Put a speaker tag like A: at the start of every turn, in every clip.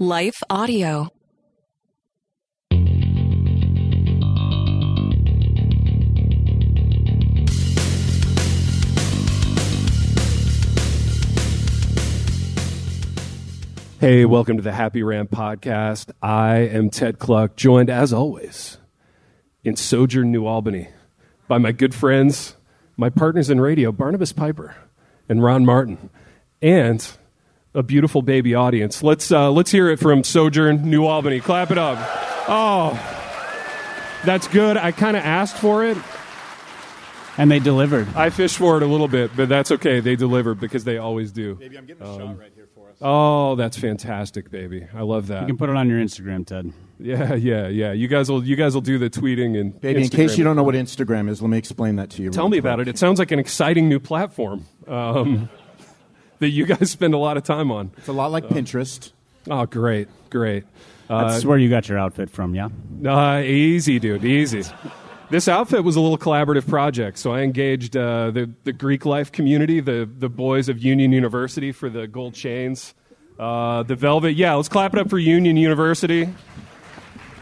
A: Life Audio.
B: Hey, welcome to the Happy Ramp podcast. I am Ted Cluck, joined as always in Sojourn, New Albany by my good friends, my partners in radio, Barnabas Piper and Ron Martin, and a beautiful baby audience. Let's, uh, let's hear it from Sojourn, New Albany. Clap it up. Oh, that's good. I kind of asked for it.
C: And they delivered.
B: I fished for it a little bit, but that's okay. They deliver because they always do.
D: Baby, I'm getting
C: Um,
D: a shot right here for us.
B: Oh, that's fantastic, baby. I love that.
C: You can put it on your Instagram, Ted.
B: Yeah, yeah, yeah. You guys will you guys will do the tweeting and
D: Baby, in case
B: Instagram.
D: you don't know what Instagram is, let me explain that to you.
B: tell me about it. It sounds like an exciting new platform um, that you guys spend a lot of time on.
D: It's a lot like Pinterest.
B: Oh, great, great.
C: That's where you got your outfit from, yeah?
B: Uh, easy, dude, easy. This outfit was a little collaborative project, so I engaged uh, the, the Greek life community, the, the boys of Union University for the gold chains, uh, the velvet. Yeah, let's clap it up for Union University,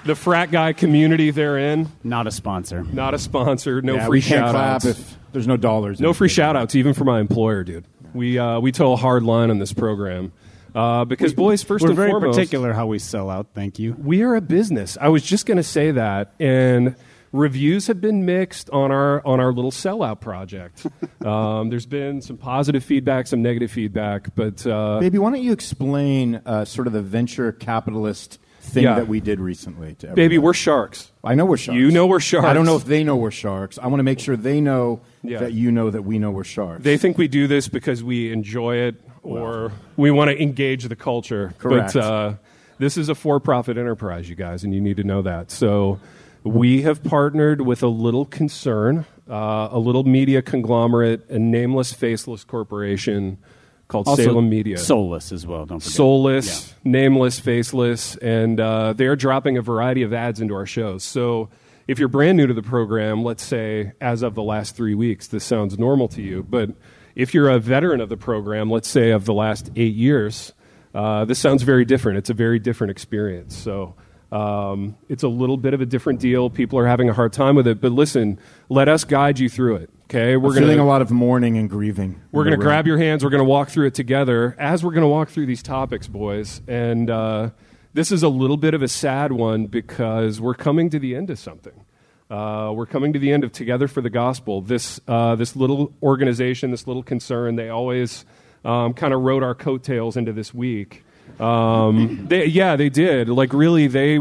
B: the frat guy community they're in.
C: Not a sponsor.
B: Not a sponsor, no
D: Yeah,
B: free
D: we can't
B: shout
D: clap
B: outs.
D: if there's no dollars. in
B: No
D: it.
B: free shout outs, even for my employer, dude. We, uh, we toe a hard line on this program. Uh, because, boys, 1st
C: We're
B: and
C: very
B: foremost,
C: particular how we sell out, thank you.
B: we are a business. I was just going to say that, and reviews have been mixed on our on our little sellout project. um, there's been some positive feedback, some negative feedback, but uh,
D: Baby, why don't you explain uh, sort of the venture capitalist thing
B: Yeah.
D: that we did recently to everyone?
B: baby, we're sharks.
D: I know we're sharks.
B: You know we're sharks.
D: I don't know if they know we're sharks. I want to make sure they know
B: Yeah.
D: that you know that we know we're sharks.
B: They think we do this because we enjoy it or we want to engage the culture.
D: Correct.
B: But uh, this is a for profit enterprise, you guys, and you need to know that. So we have partnered with a little concern, uh, a little media conglomerate, a nameless, faceless corporation called Salem Media.
C: Soulless as well, don't forget.
B: Soulless, nameless, faceless, and uh, they're dropping a variety of ads into our shows. So if you're brand new to the program, let's say as of the last three weeks, this sounds normal to you. But if you're a veteran of the program, let's say of the last eight years, uh, this sounds very different. It's a very different experience. So um, it's a little bit of a different deal. People are having a hard time with it. But listen, let us guide you through it. Okay, we're
D: we're
B: going
D: feeling
B: to
D: a lot of mourning and grieving.
B: we're
D: in the
B: going to grab
D: room.
B: your hands. We're going to walk through it together as we're going to walk through these topics, boys. And uh, this is a little bit of a sad one because we're coming to the end of something. Uh, we're coming to the end of Together for the Gospel. This, uh, this little organization, this little concern, they always um, kind of rode our coattails into this week. Um, they, yeah, they did. Like, really, they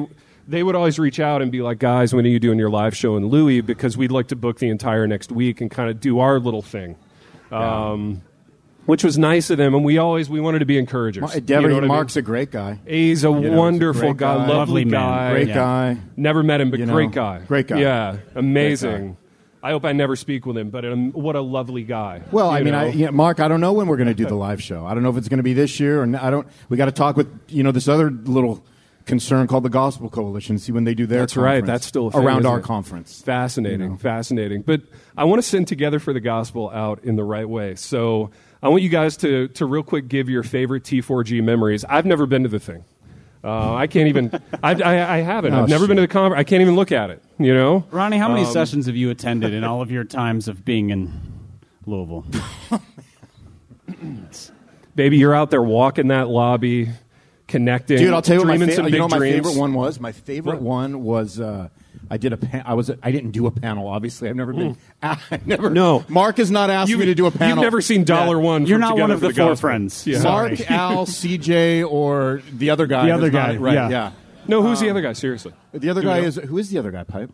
B: they would always reach out and be like, "Guys, when are you doing your live show in Louis? Because we'd like to book the entire next week and kind of do our little thing." Um, which was nice of them, and we always we wanted to be encouragers.
D: Ma- Devery
B: You know what I mean?
D: Uh, Mark's a great guy.
B: He's a
D: he's a
B: wonderful
D: great
B: guy,
D: guy.
B: lovely
C: Lovely man.
B: guy,
D: Great
C: Yeah.
D: guy.
B: Never met him, but
D: You know,
B: great guy.
D: great guy.
B: Yeah, amazing. I hope I never speak with him, but um, what a lovely guy.
D: Well, I
B: you
D: mean,
B: know?
D: I, yeah, Mark, I don't know when we're going to do the live show. I don't know if it's going to be this year, or n- I don't. We got to talk with you know this other little concern called the Gospel Coalition. See when they do their.
B: That's right.
D: conference
B: That's still a thing,
D: around
B: isn't
D: our
B: it?
D: conference.
B: Fascinating, fascinating. But I want to send together for the gospel out in the right way. So I want you guys to to real quick give your favorite T4G memories. I've never been to the thing. Uh, I can't even. I, I, I haven't.
D: Oh,
B: I've never been to the
D: shit.
B: conference. I can't even look at it. You know.
C: Ronnie, how many sessions have you attended in all of your times of being in Louisville?
B: baby, you're out there walking that lobby, connecting.
D: Dude, I'll tell you what my,
B: dreaming
D: fa-
B: some
D: you
B: big
D: know what my
B: dreams.
D: favorite one was. My favorite
B: What?
D: one was uh, I did a pan- I was I didn't do a panel. Obviously, I've never been. I never.
B: Hmm. No.
D: Mark has not asked me to do a panel.
B: You've never seen Dollar One.
C: You're
B: from
C: not
B: Together
C: one of
B: for
C: the,
B: the
C: four
B: Gospel.
C: friends.
B: Yeah.
C: Sorry.
D: Mark, Al, CJ, or the other guy.
C: The other
D: who's not-
C: guy,
D: right?
C: yeah.
D: Yeah.
B: No, who's the
D: Um,
B: other guy? Seriously.
D: The other
B: Do we
D: guy
B: know?
D: is who is the other guy? Pipe.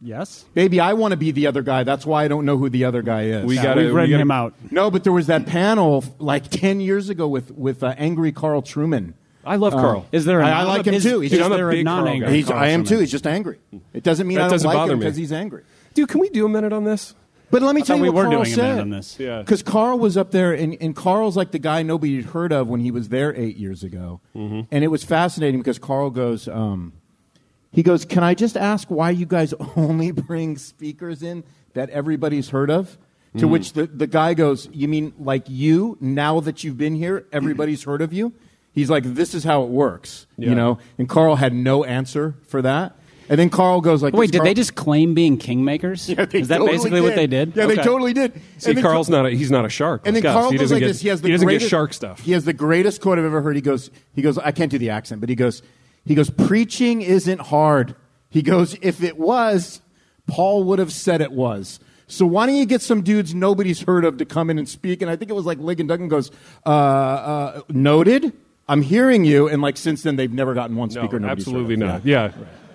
C: yes?
D: Baby, I want to be the other guy. That's why I don't know who the other guy is.
B: We
C: Yeah,
B: gotta-
C: we've read
B: we gotta-
C: him out.
D: no, but there was that panel like ten years ago with with uh, angry Carl Truman. Um,
B: I love Carl.
C: Is there a
D: I- I like him
C: is-
D: too. He's
C: is
D: just-
C: there
B: I'm a big Carl
C: non-angry
B: guy.
D: He's,
C: Carl
D: I am
C: Truman?
D: too. He's just angry. It doesn't mean
B: That
D: I don't
B: doesn't
D: like
B: bother
D: him
B: me.
D: because he's angry.
B: Dude, can we do a minute on this?
D: But let me tell
C: thought
D: you
C: we
D: what
C: were doing
D: Carl
C: a minute
D: said.
C: on this.
B: Yeah.
D: Because Carl was up there, and, and Carl's like the guy nobody had heard of when he was there eight years ago.
B: Mm-hmm.
D: And it was fascinating because Carl goes, um, he goes, Can I just ask why you guys only bring speakers in that everybody's heard of?
B: Mm-hmm.
D: To which the, the guy goes, You mean like you, now that you've been here, everybody's heard of you? He's like, "This is how it works,"
B: Yeah.
D: you know. And Carl had no answer for that. And then Carl goes like,
C: Wait,
D: this
C: did
D: Carl-
C: they just claim being kingmakers?
D: Yeah, they
C: Is that
D: totally
C: basically what they did?
D: Yeah, they
C: Okay.
D: totally did.
B: See,
D: then
B: Carl's not a, he's not a shark.
D: And then
B: like us.
D: Carl
B: he
D: goes
B: doesn't
D: like
B: get,
D: this. He has the
B: he doesn't
D: greatest,
B: get shark stuff.
D: He has the greatest quote I've ever heard. He goes, he goes, I can't do the accent, but he goes, he goes, preaching isn't hard. He goes, if it was, Paul would have said it was. So why don't you get some dudes nobody's heard of to come in and speak? And I think it was like Ligon Duggan goes, uh, uh, noted. I'm hearing you. And like since then, they've never gotten one
B: No,
D: speaker. nobody's heard
B: absolutely
D: of.
B: not. Yeah.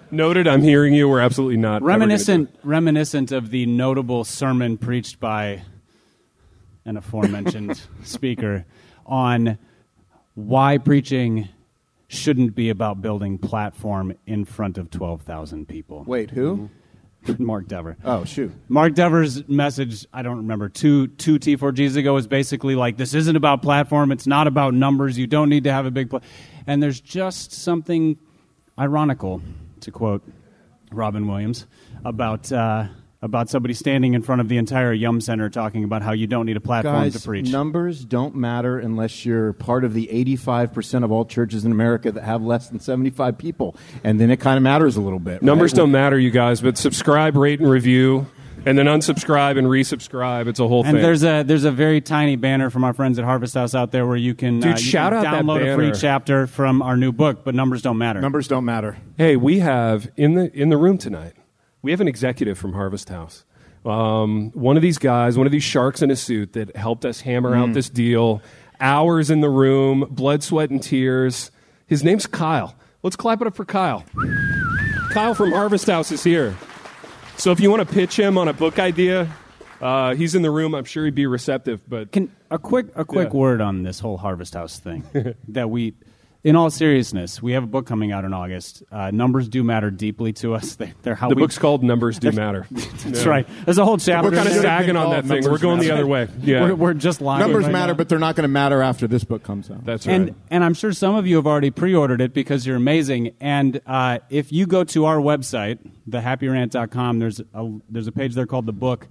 B: Noted, I'm hearing you. We're absolutely not. ever gonna do
C: Reminiscent, reminiscent of the notable sermon preached by an aforementioned speaker on why preaching shouldn't be about building platform in front of 12,000 people.
D: Wait,
B: Mm-hmm.
D: who?
C: Mark Dever.
D: Oh shoot.
C: Mark Dever's message, I don't remember, two, two T4Gs ago was basically like, this isn't about platform. It's not about numbers. You don't need to have a big pla-" And there's just something ironical, to quote Robin Williams, about, uh, about somebody standing in front of the entire Yum Center talking about how you don't need a platform
D: Guys,
C: to preach.
D: numbers don't matter unless you're part of the 85% of all churches in America that have less than 75 people. And then it kind of matters a little bit.
B: Numbers
D: right?
B: don't matter, you guys, but subscribe, rate, and review, and then unsubscribe and resubscribe. It's a whole
C: and
B: thing.
C: there's a there's a very tiny banner from our friends at Harvest House out there where you can,
B: Dude,
C: uh, you
B: shout
C: can
B: out that
C: download a free
B: banner.
C: chapter from our new book, but numbers don't matter.
D: Numbers don't matter.
B: hey, we have in the in the room tonight. We have an executive from Harvest House. Um, one of these guys, one of these sharks in a suit that helped us hammer out this deal. Hours in the room, blood, sweat, and tears. His name's Kyle. Let's clap it up for Kyle. Kyle from Harvest House is here. So if you want to pitch him on a book idea, uh, he's in the room. I'm sure he'd be receptive. But
C: Can a quick a quick
B: Yeah.
C: word on this whole harvest house thing that we, in all seriousness, we have a book coming out in August. Uh, numbers do matter deeply to us. They, they're how
B: the
C: we.
B: book's called Numbers Do Matter.
C: that's right. There's a whole chapter.
B: We're kind of
D: Should've been
B: sagging on
D: called
B: that thing.
D: Numbers
B: We're going the
D: Matter.
B: other way. Yeah,
C: We're, we're just lying.
D: Numbers
C: right
D: matter,
C: now.
D: but they're not going to matter after this book comes out.
B: that's right.
C: and and I'm sure some of you have already pre-ordered it because you're amazing. And uh, if you go to our website, thehappyrant.com, there's a there's a page there called the book.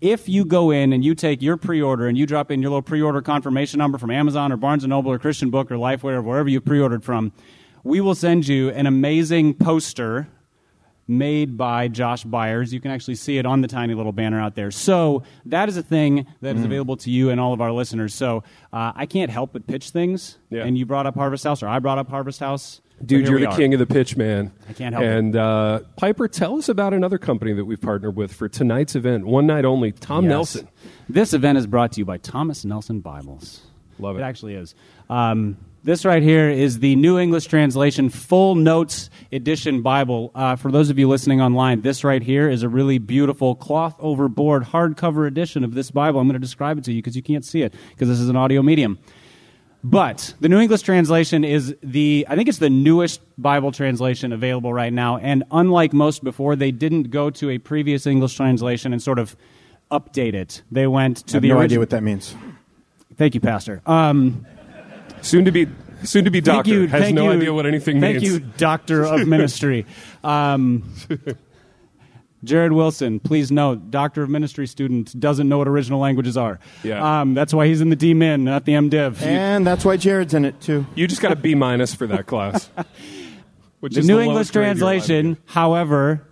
C: If you go in and you take your pre-order and you drop in your little pre-order confirmation number from Amazon or Barnes and Noble or Christian Book or Lifeway or wherever you pre-ordered from, we will send you an amazing poster made by Josh Byers. You can actually see it on the tiny little banner out there. So that is a thing that is available to you and all of our listeners. So uh, I can't help but pitch things.
B: Yeah.
C: And you brought up Harvest House, or I brought up Harvest House. but
B: Dude,
C: here
B: you're
C: we
B: the
C: are.
B: king of the pitch, man.
C: I can't help it.
B: And uh, Piper, tell us about another company that we've partnered with for tonight's event, one night only. Tom
C: Yes.
B: Nelson.
C: This event is brought to you by Thomas Nelson Bibles.
B: Love it.
C: It actually is. Um, this right here is the New English Translation Full Notes Edition Bible. Uh, for those of you listening online, this right here is a really beautiful cloth overboard hardcover edition of this Bible. I'm going to describe it to you because you can't see it because this is an audio medium. But the New English translation is the, I think it's the newest Bible translation available right now. And unlike most before, they didn't go to a previous English translation and sort of update it. They went to
D: I have
C: the
D: no
C: origi-
D: idea what that means.
C: Thank you, Pastor. Um,
B: Soon to be soon to be
C: thank
B: doctor.
C: you.
B: Has
C: thank
B: no
C: you-
B: idea what anything
C: thank
B: means.
C: you, Doctor of Ministry. Um, Jared Wilson, please note, Doctor of Ministry student doesn't know what original languages are.
B: Yeah.
C: Um, that's why he's in the D-Min, not the MDiv.
D: And that's why Jared's in it, too.
B: You just got a B minus for that class. Which
C: the
B: is
C: New
B: the
C: English
B: lowest grade you're allowed to
C: translation, however,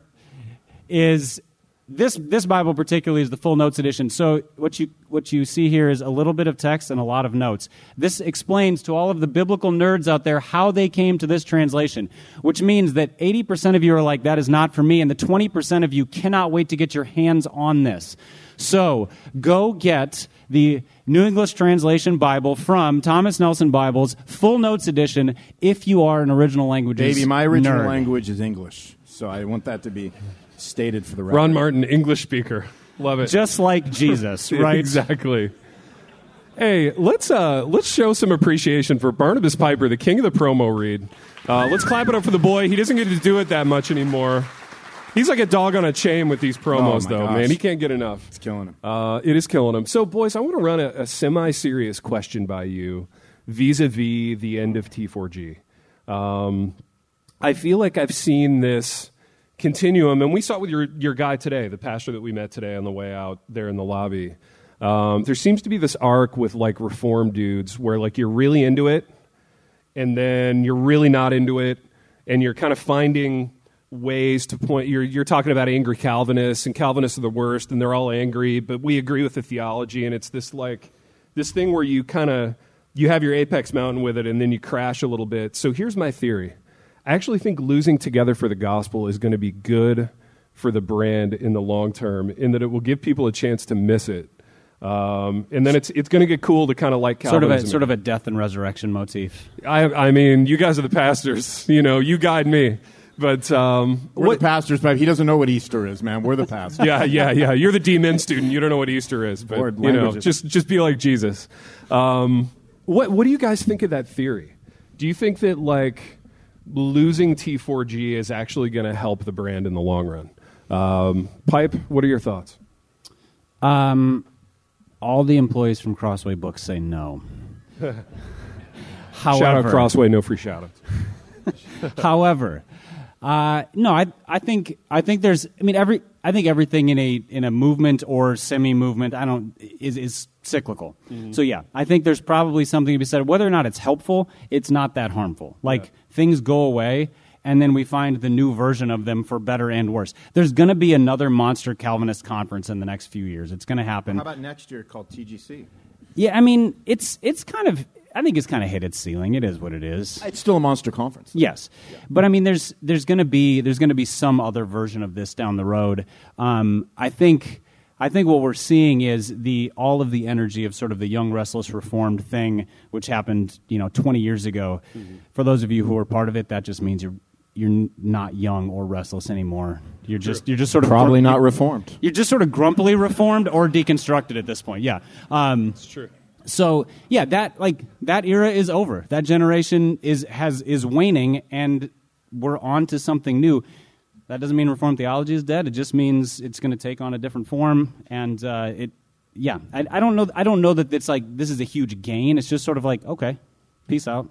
C: is this this Bible particularly is the full notes edition. So what you what you see here is a little bit of text and a lot of notes. This explains to all of the biblical nerds out there how they came to this translation, which means that 80% of you are like that is not for me and the 20% of you cannot wait to get your hands on this. So, go get the New English Translation Bible from Thomas Nelson Bibles, full notes edition, if you are an original language
D: Baby, my original
C: nerd.
D: language is English. So I want that to be stated for the record.
B: Ron Martin, English speaker. Love it.
C: Just like Jesus, right?
B: Exactly. Hey, let's uh, let's show some appreciation for Barnabas Piper, the king of the promo read. Uh, let's clap it up for the boy. He doesn't get to do it that much anymore. He's like a dog on a chain with these promos,
D: Oh, my
B: though,
D: gosh.
B: man. He can't get enough.
D: It's killing him.
B: Uh, it is killing him. So, boys, I want to run a, a semi serious question by you vis a vis the end of T4G. Um, I feel like I've seen this continuum, and we saw it with your, your guy today, the pastor that we met today on the way out there in the lobby. Um, there seems to be this arc with like reform dudes where like you're really into it and then you're really not into it, and you're kind of finding ways to point. You're you're talking about angry Calvinists, and Calvinists are the worst, and they're all angry, but we agree with the theology, and it's this like this thing where you kind of you have your apex mountain with it, and then you crash a little bit. So here's my theory. I actually think losing together for the gospel is going to be good for the brand in the long term, in that it will give people a chance to miss it. Um, and then it's it's going to get cool to kind of like
C: Sort of
B: Calvinism.
C: a sort of a death and resurrection motif.
B: I, I mean, you guys are the pastors. You know, you guide me. But um,
D: We're
B: what?
D: the pastors, man. He doesn't know what Easter is, man. We're the pastors.
B: yeah, yeah, yeah. You're the D Min student. You don't know what Easter is, but
D: Lord,
B: you know,
D: languages.
B: just just be like Jesus. Um, what What do you guys think of that theory? Do you think that like losing T4G is actually going to help the brand in the long run? Um, Pipe, what are your thoughts?
C: Um, all the employees from Crossway Books say no. However,
B: Shout out Crossway, no free shout outs.
C: However, uh, no, I, I think I think there's I mean every I think everything in a in a movement or semi movement I don't is is cyclical.
D: Mm-hmm.
C: So yeah, I think there's probably something to be said. Whether or not it's helpful, it's not that harmful. Like things go away. And then we find the new version of them for better and worse. There's going to be another monster Calvinist conference in the next few years. It's going to happen.
D: How about next year called TGC?
C: Yeah, I mean, it's it's kind of I think it's kind of hit its ceiling. It is what it is.
D: It's still a monster conference.
C: Yes, but I mean, there's there's going to be there's going to be some other version of this down the road. Um, I think I think what we're seeing is the all of the energy of sort of the young, restless, reformed thing, which happened you know 20 years ago. For those of you who are part of it, that just means you're you're n- not young or restless anymore. You're just you're just sort of
D: Probably not reformed.
C: You're just sort of grumpily reformed or deconstructed at this point. Yeah. Um,
B: It's true.
C: so yeah, that like that era is over. That generation is has is waning, and we're on to something new. That doesn't mean Reformed theology is dead. It just means it's going to take on a different form, and uh, it yeah. I, I don't know. I don't know that it's like this is a huge gain. It's just sort of like okay, peace out.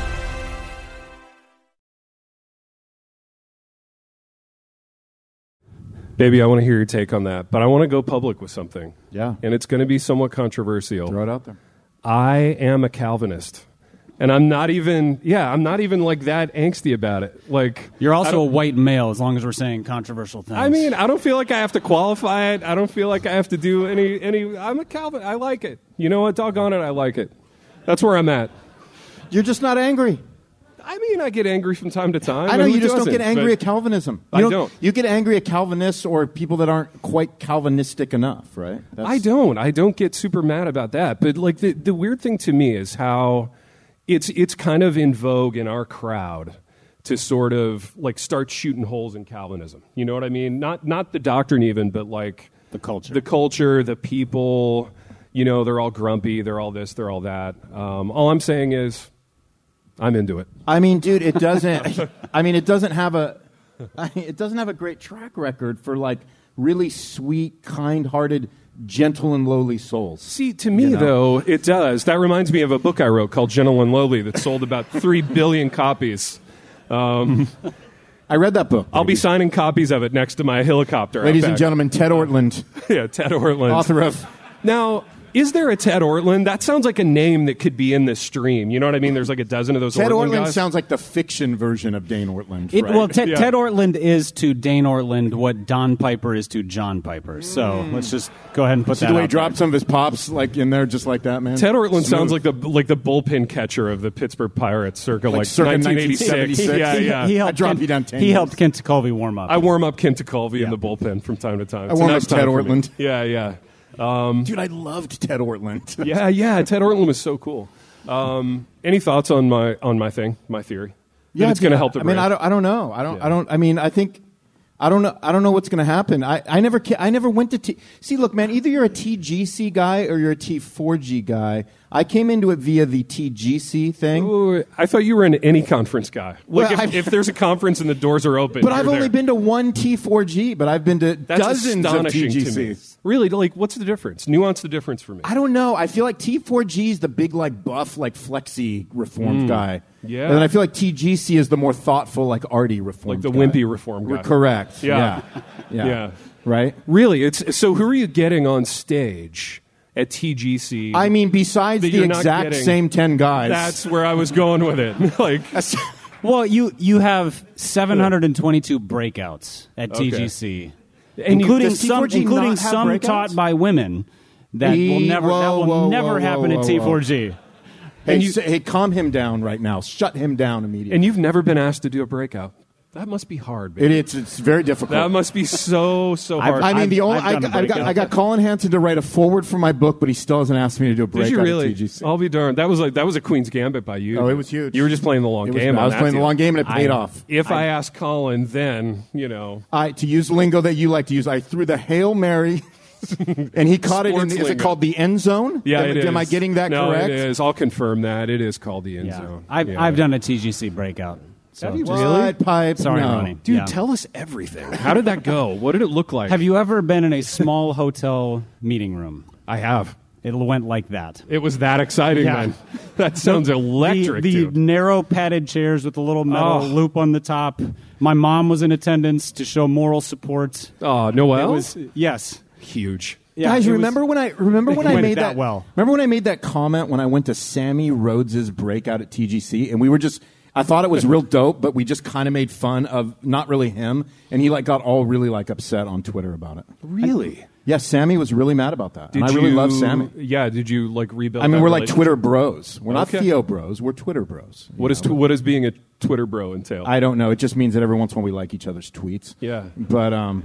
B: Baby, I want to hear your take on that, but I want to go public with something.
D: Yeah.
B: And it's going to be somewhat controversial.
D: Throw it out there.
B: I am a Calvinist. And I'm not even, yeah, I'm not even like that angsty about it. Like,
C: You're
B: I
C: also a
B: don't-
C: white male, as long as we're saying controversial things.
B: I mean, I don't feel like I have to qualify it. I don't feel like I have to do any, any, I'm a Calvin. I like it. You know what? Doggone it. I like it. That's where I'm at.
D: You're just not angry.
B: I mean, I get angry from time to time.
D: I
B: and
D: know
B: who
D: you just don't
B: doesn't?
D: get angry
B: But
D: at Calvinism. You
B: I don't.
D: You get angry at Calvinists or people that aren't quite Calvinistic enough, right? That's,
B: I don't. I don't get super mad about that. But like the, the weird thing to me is how it's it's kind of in vogue in our crowd to sort of like start shooting holes in Calvinism. You know what I mean? Not not the doctrine even, but like
C: The culture.
B: the culture, the people. You know, they're all grumpy. They're all this. They're all that. Um, all I'm saying is, I'm into it.
D: I mean, dude, it doesn't. I mean, it doesn't have a. I mean, it doesn't have a great track record for like really sweet, kind-hearted, gentle, and lowly souls.
B: See, to me, though, it does. That reminds me of a book I wrote called Gentle and Lowly that sold about 3 billion copies.
D: I read that book.
B: I'll be signing copies of it next to my helicopter. out
D: ladies and
B: back.
D: gentlemen, Ted Ortland,
B: Yeah, Ted Ortland.
D: author of
B: Now, Is there a Ted Ortland? That sounds like a name that could be in this stream. You know what I mean? There's like a dozen of those.
D: Ted
B: Ortland,
D: Ortland
B: guys.
D: sounds like the fiction version of Dane Ortland.
C: It,
D: right?
C: Well, Ted
B: Yeah.
C: Ted Ortland is to Dane Ortland what Don Piper is to John Piper. So
B: Mm.
C: let's just go ahead and put
D: See
C: that.
D: the way he
C: out
D: dropped some of his pops like in there, just like that, man.
B: Ted Ortland sounds
D: Smooth.
B: like the like the bullpen catcher of the Pittsburgh Pirates circa like,
D: circa
B: 1986.
D: 1976.
B: Yeah,
D: He-
B: yeah.
D: he- I'd drop you down 10
C: He
D: years.
C: helped Kent Colby warm up.
B: I warm up Ken Tekulve in the bullpen from time to time. It's a
D: warm
B: nice
D: up Ted
B: time for me.
D: Ortland.
B: Yeah, yeah.
D: dude. I loved Ted Ortland.
B: yeah, yeah. Ted Ortland was so cool. Um, any thoughts on my on my thing, my theory? Yeah, it's going to
D: dude,
B: help the
D: I mean,
B: brand.
D: I don't, I don't know. I don't.
B: Yeah.
D: I don't. I mean, I think. I don't know. I don't know what's going to happen. I, I never. ca- I never went to. T- See, look, man. Either you're a TGC guy or you're a T4G guy. I came into it via the TGC thing.
B: Ooh, I thought you were an any conference guy. Like
D: Well,
B: if,
D: I-
B: if there's a conference and the doors are open,
D: But
B: you're
D: I've only
B: there.
D: been to one T4G, but I've been to
B: That's
D: dozens of
B: astonishing to me.
D: TGCs.
B: Really, like what's the difference? Nuance the difference for me.
D: I don't know. I feel like T4G is the big, like, buff, like, flexi reformed guy.
B: Mm. Yeah.
D: And then I feel like TGC is the more thoughtful, like, arty reformed
B: Like the
D: guy.
B: wimpy reform guy.
D: Correct.
B: Yeah.
D: Yeah.
B: Yeah.
D: Right?
B: Really, it's so. Who are you getting on stage at TGC?
D: I mean, besides
B: that
D: the
B: you're not
D: exact
B: getting-
D: same 10 guys.
B: That's where I was going with it. like,
C: Well, you you have 722 breakouts at
B: Okay.
C: TGC,
B: you-
C: including
D: Does
C: some
D: T4G
C: including
D: not have
C: some
D: breakouts?
C: taught by women that
D: E-
C: will never that
D: whoa,
C: will
D: whoa,
C: never
D: whoa,
C: happen
D: whoa,
C: at
D: whoa.
C: T4G.
D: hey, s- hey, calm him down right now. Shut him down immediately.
B: and you've never been asked to do a breakout. That must be hard. Man.
D: it, it's, it's very difficult.
B: That must be so so hard.
D: I mean, the only
C: I've
D: I,
C: done a
D: got- I got
C: breakout.
D: I got Colin Hanson to write a forward for my book, but he still hasn't asked me to do a breakout.
B: Did you
D: at
B: really?
D: TGC.
B: I'll be darned. That was like that was a Queen's Gambit by you.
D: Oh, it was huge.
B: You were just playing the long
D: It was-
B: game.
D: I
B: on
D: was
B: that
D: playing the
B: deal.
D: long game, and it paid
C: I-
D: off.
B: If I, asked Colin, then you know
D: I, to use lingo that you like to use, I threw the hail mary, and he caught it. In,
B: Sports
D: the- is it
B: lingo.
D: called the end zone?
B: Yeah,
D: am,
B: it
D: am I
B: is.
D: getting that
B: no,
D: correct?
B: It is. I'll confirm that it is called the end zone.
C: I've
B: Yeah.
C: I've done a TGC breakout. So
B: Have you
C: just-
B: really?
D: What pipe?
C: Sorry,
D: No.
C: Ronnie.
B: Dude,
C: Yeah.
B: tell us everything. How did that go? What did it look like?
C: Have you ever been in a small hotel meeting room?
B: I have.
C: It went like that.
B: It was that exciting,
C: Yeah.
B: man. That sounds electric,
C: the, the
B: dude.
C: narrow padded chairs with the little metal
B: Oh.
C: loop on the top. My mom was in attendance to show moral support.
B: Oh, Noel?
C: It was yes.
B: huge.
C: Yeah,
D: Guys,
C: it was-
D: remember when I remember when
C: Went
D: I
C: it
D: made
C: that
D: that,
C: well.
D: Remember when I made that comment when I went to Sammy Rhodes' breakout at TGC, and we were just. I thought it was real dope, but we just kind of made fun of not really him, and he like got all really like upset on Twitter about it.
B: Really?
D: Yeah, Sammy was really mad about that. and I really love Sammy.
B: Yeah, did you like rebuild?
D: I mean,
B: that
D: we're like
B: relation-
D: Twitter bros. We're not
B: Okay.
D: Theo bros. We're Twitter bros. you
B: What is
D: know?
B: tw- what does being a Twitter bro entail?
D: I don't know. It just means that every once in a while we like each other's tweets.
B: Yeah.
D: But um,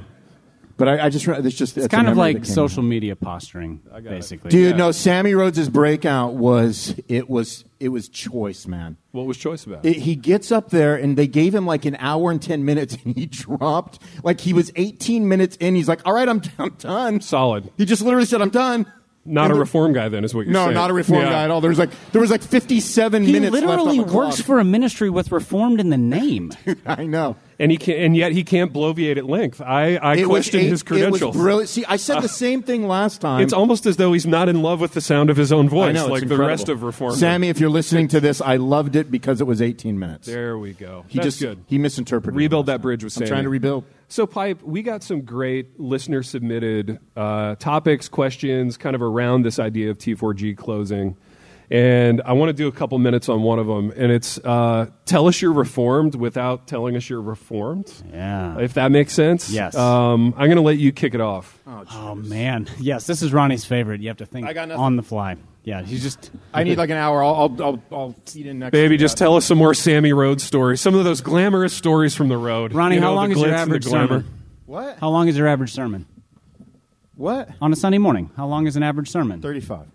D: but I, I just re- it's just
C: It's kind of like social media posturing, basically.
D: Dude, no. Sammy Rhodes' breakout was it was it was choice, man.
B: what was choice about?
D: It, he gets up there and they gave him like an hour and ten minutes, and he dropped like he was eighteen minutes in. He's like, "All right, I'm I'm done."
B: Solid.
D: He just literally said, "I'm done."
B: Not
D: And
B: a
D: the-
B: reform guy, then, is what you're
D: No,
B: saying.
D: not a reform
B: Yeah.
D: guy at all. There was like there was like fifty seven
C: he
D: minutes. left on
C: literally
D: the
C: works
D: clock.
C: for a ministry with reformed in the name.
D: I know.
B: and he can, and yet he can't bloviate at length. I, I
D: It was
B: question
D: eight-
B: his credentials.
D: It was brilliant. See, I said the same thing last time.
B: it's almost as though he's not in love with the sound of his own
D: I
B: voice,
D: know, it's
B: like the
D: incredible.
B: rest of reform.
D: Sammy, if you're listening to this, I loved it because it was 18 minutes.
B: there we go.
D: he
B: That's
D: just
B: good.
D: he misinterpreted.
B: Rebuild
D: it.
B: that bridge with
D: I'm
B: Sammy.
D: trying to rebuild.
B: So, Pipe, we got some great listener submitted uh, topics, questions, kind of around this idea of T4G closing. And I want to do a couple minutes on one of them. And it's uh, tell us you're reformed without telling us you're reformed.
C: Yeah.
B: If that makes sense.
C: Yes.
B: Um, I'm going to let you kick it off.
C: oh man, yes, this is Ronnie's favorite. You have to think
D: I got nothing.
C: on the fly. Yeah, he's just
D: I need like an hour. I'll I'll I'll, I'll feed in next.
B: Baby,
D: to
B: just
D: that.
B: tell us some more Sammy Rhodes stories, some of those glamorous stories from the road.
C: Ronnie.
B: You know,
C: how
B: the
C: long is your
B: glitz and the
C: average
B: glamour.
C: sermon?
D: what
C: How long is your average sermon
D: what
C: on a Sunday morning? How long is an average sermon?
D: 35.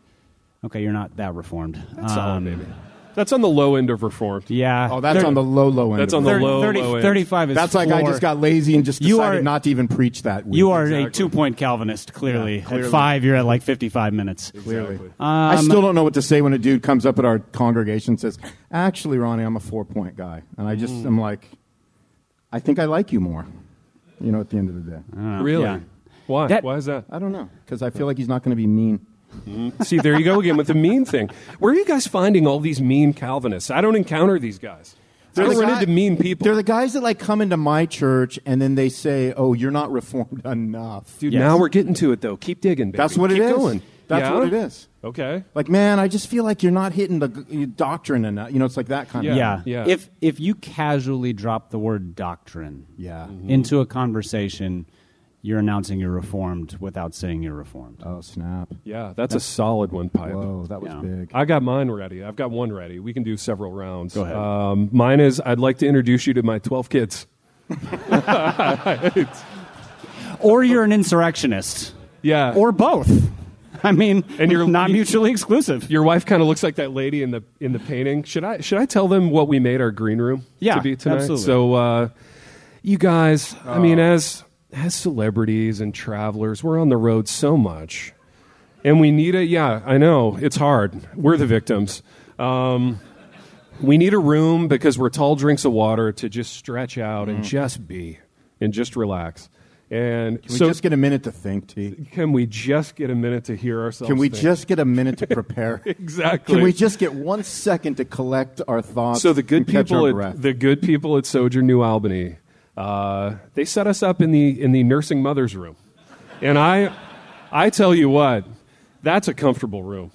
C: Okay, you're not that reformed.
B: Solid,
C: Um,
B: baby. That's on the low end of reformed.
C: Yeah.
D: Oh, that's
C: Thir-
D: on the low low end.
B: Ah, That's on
D: of it.
B: the
C: thirty-
B: low,
C: thirty-
B: low end.
C: 35 is
D: That's like I
C: floor.
D: just got lazy and just
C: You
D: decided
C: are-
D: not to even preach that week.
C: You are a
B: Exactly.
C: two point Calvinist, clearly.
D: clearly.
C: At five, you're at like 55 minutes.
D: clearly.
C: Um,
D: I still don't know what to say when a dude comes up at our congregation and says, "Actually, Ronnie, I'm a four point guy," and I
C: Mm.
D: just am like, "I think I like you more." You know, at the end of the day.
C: Uh.
B: Really?
C: Yeah.
B: Why?
C: That-
B: Why is that?
D: I don't know because I feel like he's not going to be mean.
B: See, there you go again with the mean thing. Where are you guys finding all these mean Calvinists? I don't encounter these guys. I don't run
D: guy-
B: into mean people.
D: They're the guys that like come into my church and then they say, "Oh, you're not reformed enough."
B: Dude,
C: Yes.
B: now we're getting to it though. Keep digging, baby.
D: That's what
B: Keep
D: it is.
B: Going.
D: That's
B: Yeah?
D: what it is.
B: Okay.
D: Like, man, I just feel like you're not hitting the g- doctrine enough. You know, it's like that kind of
B: Yeah.
C: Yeah.
B: Yeah.
C: If if you casually drop the word doctrine Mm-hmm.
D: Yeah. Mhm.
C: into a conversation, you're announcing you're reformed without saying you're reformed.
D: Oh snap!
B: Yeah, that's a solid one, Pipe.
D: Whoa, that was
C: Yeah.
D: big.
B: I got mine ready. I've got one ready. We can do several rounds.
C: Go ahead.
B: Um, mine is I'd like to introduce you to my 12 kids.
C: Or you're an insurrectionist.
B: Yeah.
C: Or both. I mean,
B: And
C: and
B: you're-
C: you're not
B: you-
C: mutually exclusive.
B: your wife kind of looks like that lady in the in the painting. Should I should I tell them what we made our green room
C: Yeah,
B: to be tonight?
C: absolutely.
B: So uh, you guys, I mean
D: Uh.
B: as as celebrities and travelers, we're on the road so much. And we need a yeah, I know, it's hard. We're the victims. Um, we need a room because we're tall drinks of water to just stretch out
D: Mm.
B: and just be and just relax. And
D: Can we
B: so
D: just get a minute to think, T?
B: can we just get a minute to hear ourselves?
D: Can we
B: think?
D: just get a minute to prepare?
B: exactly?
D: Can we just get one second to collect our thoughts?
B: So the good
D: and catch
B: people,
D: our
B: at,
D: breath?
B: the good people at Sojourn New Albany, uh, they set us up in the in the nursing mother's room, and I, I tell you what, that's a comfortable room.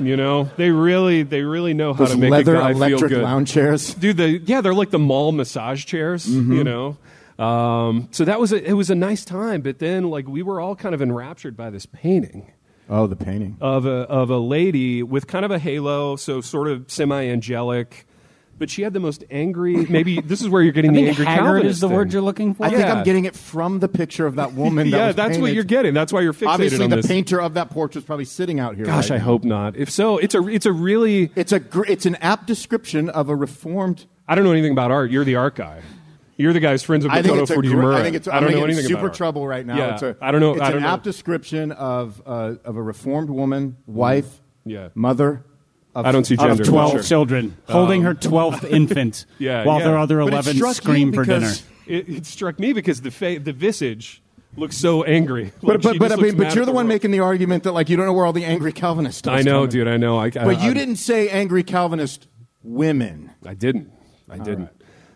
B: you know, they really they really know how
D: Ah. Those
B: to make
D: leather
B: a guy feel
D: electric
B: good.
D: lounge chairs.
B: Dude, the, yeah, they're like the mall massage chairs.
D: Mm-hmm.
B: You know. Um, so that was a, it was a nice time, but then like we were all kind of enraptured by this painting
D: Oh, the painting.
B: of a of a lady with kind of a halo, so sort of semi angelic, but she had the most angry. Maybe this is where you're getting
C: I
B: the
C: think
B: angry
C: haggard
B: Calvinist
C: is the
B: thing.
C: word you're looking for.
D: I think
B: yeah.
D: I'm getting it from the picture of that woman. that
B: yeah,
D: was
B: that's what
D: painted.
B: you're getting. That's why you're fixated
D: Obviously,
B: on
D: the
B: this.
D: painter of that portrait is probably sitting out here.
B: Gosh,
D: right
B: I
D: now.
B: hope not. If so, it's a it's a really
D: it's a gr- it's an apt description of a reformed.
B: I don't know anything about art. You're the art guy. You're the guy's friends with
D: I think,
B: Makoto
D: it's a gr-
B: Fujimura.
D: I think it's.
B: don't
D: I'm
B: know
D: gonna get in
B: anything
D: super
B: about art.
D: trouble right now.
B: Yeah,
D: It's a,
B: I don't know.
D: It's
B: I
D: an
B: don't know.
D: apt description of uh, of a reformed woman, wife,
B: Yeah.
D: mother. Of,
B: I don't see
D: of
B: gender, but
D: Twelve.
B: sure.
C: children holding her 12th infant
B: Um, Yeah,
C: while
B: yeah.
C: their other
D: But it
C: 11
D: struck
C: scream
D: you
C: for dinner.
D: because-
B: It, it struck me because the fa- the visage looks so angry. Like,
D: But
B: she
D: but, but,
B: just
D: I
B: looks
D: mean,
B: mad
D: but
B: at
D: you're the one
B: world.
D: making the argument that like you don't know where all the angry Calvinists.
B: I know, dude. Uh, I know. I, I-
D: But you
B: I-
D: didn't say angry Calvinist women.
B: I didn't. I didn't.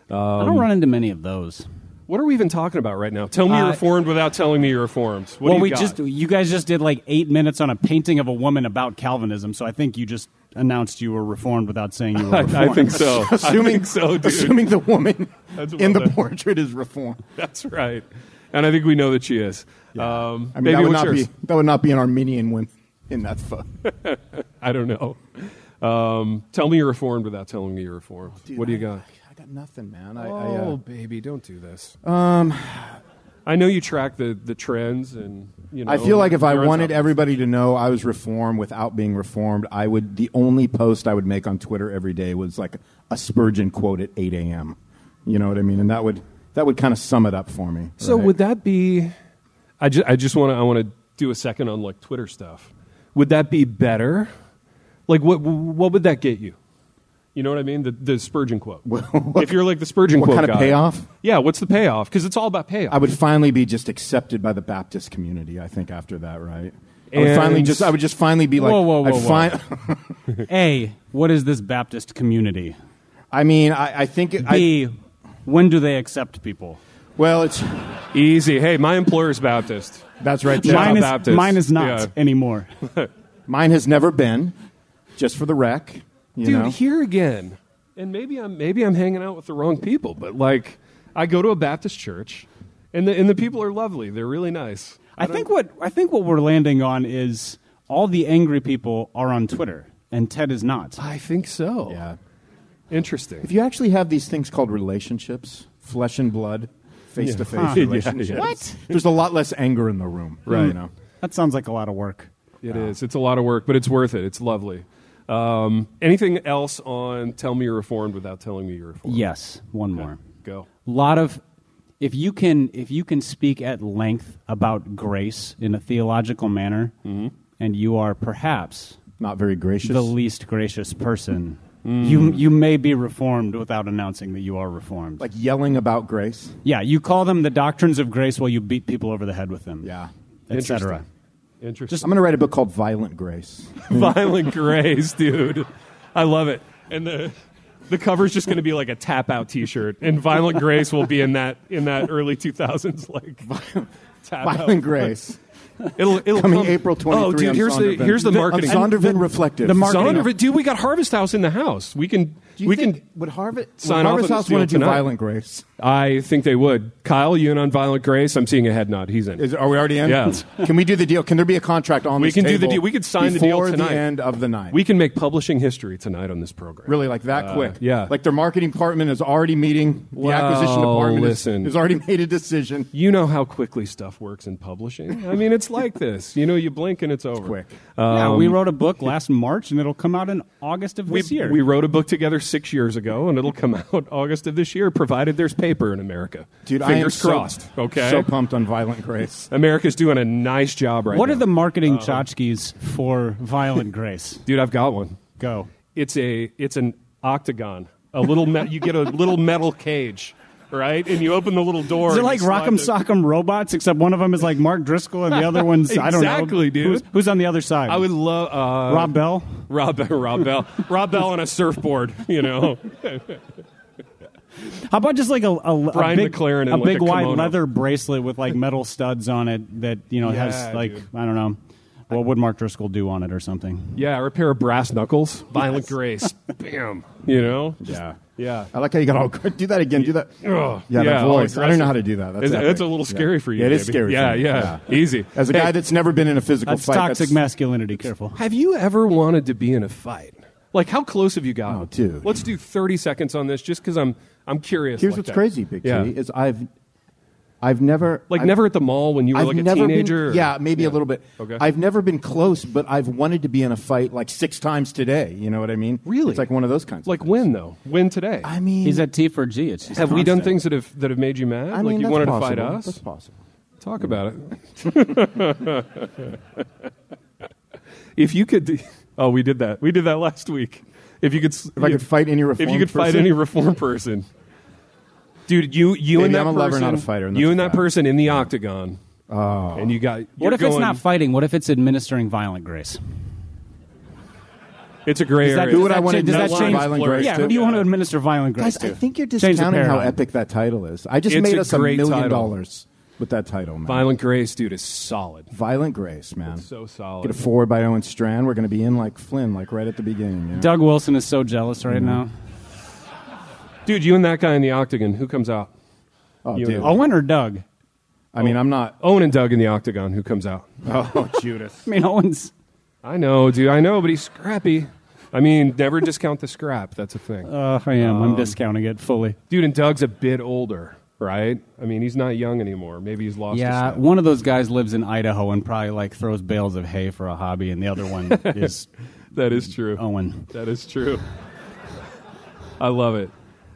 C: I don't run into many of those.
B: um, What are we even talking about right now? Tell me you're
C: Uh,
B: reformed without telling me you're reformed. What do
C: well,
B: you
C: we
B: got?
C: just you guys just did like eight minutes on a painting of a woman about Calvinism, so I think you just announced you were reformed without saying you were reformed.
B: I think so. I think so, dude.
D: assuming the woman
B: That's
D: in the
B: well done.
D: portrait is reformed.
B: That's right. And I think we know that she is. Um,
D: I mean,
B: baby,
D: that would
B: what's
D: not
B: yours?
D: be that would not be an Armenian one in that photo.
B: I don't know. Um, tell me you're reformed without telling me you're reformed. what do you got?
D: Oh, I got nothing, man. I, uh,
B: oh, baby, don't do this. Um, I know you track the, the trends, and you know.
D: I, uh, I feel like if I
B: Oh, you're on
D: wanted
B: top of it.
D: everybody to know I was reformed without being reformed, I would. The only post I would make on Twitter every day was like a Spurgeon quote at 8 a.m. You know what I mean? And that would that would kind of sum it up for me.
B: So
D: right?
B: would that be? I just I just want to I want to do a second on like Twitter stuff. Would that be better? Like what what would that get you? You know what I mean? The, the Spurgeon quote. if you're like the Spurgeon
D: what
B: quote,
D: kind of
B: guy,
D: payoff?
B: Yeah, what's the payoff? Because it's all about payoff.
D: I would finally be just accepted by the Baptist community. I think after that, right? I would finally
B: And-
D: just. I would just finally be like.
C: Whoa, whoa,
D: I'd
C: whoa, whoa.
D: fin-
C: A, what is this Baptist community?
D: I mean, I, I think. It, I,
C: B, when do they accept people?
D: well, it's
B: Easy. Hey, my employer's Baptist.
D: that's right.
B: Yeah.
D: Jeff.
C: mine, is,
B: Baptist.
C: mine is not
B: Yeah.
C: anymore.
D: Mine has never been, just for the wreck. You
B: Dude,
D: know?
B: here again. And maybe I'm maybe I'm hanging out with the wrong people, but like I go to a Baptist church, and the and the people are lovely. They're really nice.
C: I think what I think what we're landing on is all the angry people are on Twitter and Ted is not.
B: I think so.
D: yeah.
B: Interesting.
D: If you actually have these things called relationships, flesh and blood, face to face relationships,
C: What? Hmm.
D: There's a lot less anger in the room, right? You know?
C: That sounds like a lot of work.
B: It is. It's a lot of work, but it's worth it. It's lovely. Um, anything else on tell me you're reformed without telling me you're reformed?
C: Yes, one more.
B: Go.
C: lot of if you can if you can speak at length about grace in a theological manner and you are perhaps
D: Not very gracious.
C: the least gracious person you you may be reformed without announcing that you are reformed
D: like yelling about grace.
C: yeah you call them the doctrines of grace while you beat people over the head with them
D: Yeah.
C: etc
B: Interesting.
D: I'm going to write a book called Violent Grace.
B: Violent Grace, dude. I love it. And the the cover's just going to be like a tap out T-shirt, and Violent Grace will be in that in that early 2000s like tap out.
D: Violent Grace.
B: It'll, it'll
D: Coming
B: come.
D: April 23
B: Oh, dude,
D: on
B: here's the
D: Zondervan.
B: here's the
D: The-
B: marketing.
D: on Zondervan Reflective.
B: The
D: The
B: marketing.
D: marketing-
B: dude, we got Harvest House in the house. We can
D: Do you
B: we
D: think,
B: can
D: would Harvest,
B: sign
D: would
B: off at
D: Harvest
B: the
D: House
B: studio
D: want to do
B: tonight.
D: Violent Grace?
B: I think they would. Kyle, you and on Violent Grace. I'm seeing a head nod. He's in.
D: Is, are we already in?
B: Yeah.
D: can we do the deal? Can there be a contract on
B: we
D: this
B: can do the
D: table
B: deal. We could sign the deal
D: before
B: tonight.
D: the end of the night?
B: We can make publishing history tonight on this program.
D: Really, like that quick?
B: yeah.
D: Like their marketing department is already meeting. The acquisition
B: Well,
D: department is-
B: listen.
D: has already made a decision.
B: You know how quickly stuff works in publishing. I mean, it's like this. You know, you blink and it's over. Uh,
D: Quick.
C: yeah, we wrote a book last March, and it'll come out in August of
B: We,
C: this year.
B: we wrote a book together six years ago, and it'll come out August of this year, provided there's paper in America.
D: Dude, I am
B: fingers
D: so-
B: crossed. okay,
D: So pumped on Violent Grace.
B: America's doing a nice job right
C: what
B: now.
C: are the marketing tchotchkes for Violent Grace?
B: dude? I've got one.
C: Go.
B: It's a it's an octagon. A little me- you get a little metal cage, right? And you open the little door.
C: Is it
B: and
C: like
B: you slide
C: Rock'em
B: the-
C: Sock'em robots, except one of them is like Mark Driscoll and the other one's, I don't know.
B: Exactly, dude.
C: Who's, who's on the other side?
B: I would love uh,
C: Rob Bell?
B: Rob Rob Bell Rob Bell on a surfboard. You know.
C: How about just like a, a, a
B: Brian
C: big,
B: McLaren in
C: a
B: like
C: big
B: a
C: wide
B: kimono.
C: leather bracelet with like metal studs on it that, you know,
B: Yeah,
C: has like,
B: dude.
C: I don't know, what would Mark Driscoll do on it or something?
B: Yeah, or a pair of brass knuckles. Violent grace. Bam. You know? Yeah. Yeah.
D: I like how you got all. Do that again. Do that.
B: Ugh.
D: yeah,
B: Yeah,
D: that
B: all
D: voice. I
B: aggressive.
D: don't know how to do that. That's,
B: It's,
D: epic.
B: it's a little
D: Yeah.
B: scary for you.
D: Yeah, it is
B: baby.
D: scary.
B: Yeah,
D: for me.
B: yeah, Easy.
D: As a
B: Hey,
D: guy that's never been in a physical
C: That's
D: fight,
C: toxic
D: that's-
C: masculinity. Careful.
B: have you ever wanted to be in a fight? Like, how close have you gotten?
D: Oh, dude.
B: Let's do 30 seconds on this just because I'm, I'm curious.
D: Here's
B: like
D: what's
B: that.
D: crazy, Big
B: Yeah.
D: T, is I've, I've never
B: Like,
D: I've-
B: never at the mall when you were
D: I've
B: like a
D: never been-
B: teenager? or-
D: yeah, maybe a little bit.
B: Okay.
D: I've never been close, but I've wanted to be in a fight like six times today. You know what I mean?
B: Really?
D: It's like one of those kinds. of
B: Like,
D: things.
B: when, though? When today?
D: I mean,
C: He's at T4G. It's just
B: have we done
C: constant.
B: things that have, that have made you mad?
D: I mean,
B: like, you
D: that's
B: wanted
D: possible.
B: to fight us?
D: That's possible.
B: Talk about it. if you could, oh, we did that. We did that last week. If you could, if
D: I could fight any
B: if you
D: reformed
B: could fight
D: person?
B: any reform person, dude, you you
D: Maybe
B: and that
D: I'm a
B: person,
D: lover, not a fighter, and
B: you
D: that's
B: and that
D: bad.
B: person in the octagon, oh. and you got.
C: What
B: you're
C: if it's
B: going-
C: not fighting? What if it's administering violent grace?
B: It's a gray
C: Does that-
B: area.
D: Who would I
C: that
D: want to
C: change- does that
D: administer
C: change-
D: violent grace
C: Yeah,
D: to?
C: who do you want to administer violent grace
D: Guys,
C: to?
D: I think you're just
C: Change the
D: counting how
C: paradigm.
D: epic that title is. I just
B: It's
D: made
B: a
D: us a
B: great
D: million
B: title.
D: dollars with that title, man.
B: Violent Grace, dude, is solid.
D: Violent Grace, man.
B: So solid.
D: Get a forward by Owen Strand. We're going to be in like Flynn, like right at the beginning. You know?
C: Doug Wilson is so jealous right now.
B: Dude, you and that guy in the octagon. Who comes out?
D: Oh,
B: You
D: dude.
B: know.
C: Owen or Doug?
D: I mean, I'm not.
B: Owen and Doug in the octagon. Who comes out?
D: Oh, Judas.
C: I mean, Owen's.
B: I know, dude. I know, but he's scrappy. I mean, never discount the scrap. That's a thing.
C: Uh, I am.
B: Um,
C: I'm discounting it fully.
B: Dude, and Doug's a bit older, right? I mean, he's not young anymore. Maybe he's lost.
C: Yeah,
B: his
C: one of those guys lives in Idaho and probably like throws bales of hay for a hobby, and the other one is
B: that is true.
C: Owen.
B: That is true. I love it.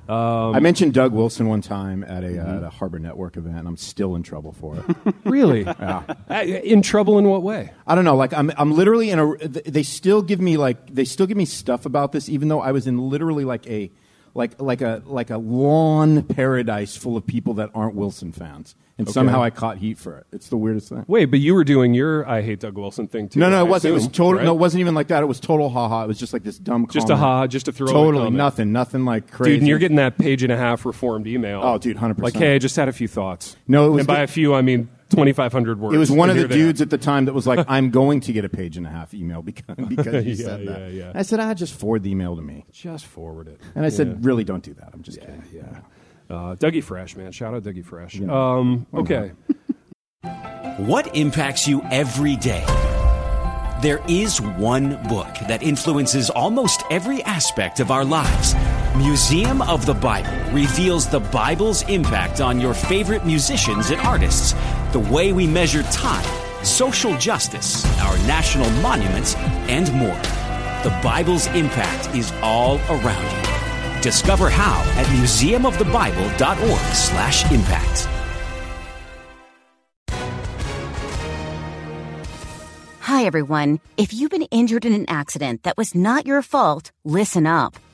D: I mentioned Doug Wilson one time at a, uh, at a Harbor Network event, and I'm still in trouble for it.
B: Really? Uh, In trouble in what way?
D: I don't know. Like, I'm, I'm literally in a. They still give me like they still give me stuff about this, even though I was in literally like a like like a like a lawn paradise full of people that aren't Wilson fans, and somehow I caught heat for it. It's the weirdest thing.
B: Wait, but you were doing your "I hate Doug Wilson" thing too.
D: No, no,
B: I
D: it wasn't. It was
B: assume,
D: total.
B: right?
D: No, it wasn't even like that. It was total haha. It was just like this dumb.
B: Just a
D: comment.
B: ha, just a throwaway
D: Totally
B: comment.
D: nothing. Nothing like crazy.
B: Dude, and you're getting that page and a half reformed email.
D: Oh, dude, 100%.
B: Like, hey, I just had a few thoughts.
D: No, it was
B: and by
D: the-
B: a few, I mean twenty five hundred words.
D: It was one of
B: And here
D: the
B: they are.
D: dudes at the time that was like, "I'm going to get a page and a half email because because you
B: Yeah,
D: said that."
B: yeah, yeah.
D: I said, "I just forward the email to me,"
B: Just forward it.
D: and I said, "Really, don't do that. I'm just kidding."
B: Yeah. Uh, Dougie Fresh, man. Shout out Dougie Fresh. Um, okay.
E: What impacts you every day? There is one book that influences almost every aspect of our lives. Museum of the Bible reveals the Bible's impact on your favorite musicians and artists, the way we measure time, social justice, our national monuments, and more. The Bible's impact is all around you. Discover how at museumofthebible.org/impact.
F: Hi, everyone. If you've been injured in an accident that was not your fault, listen up.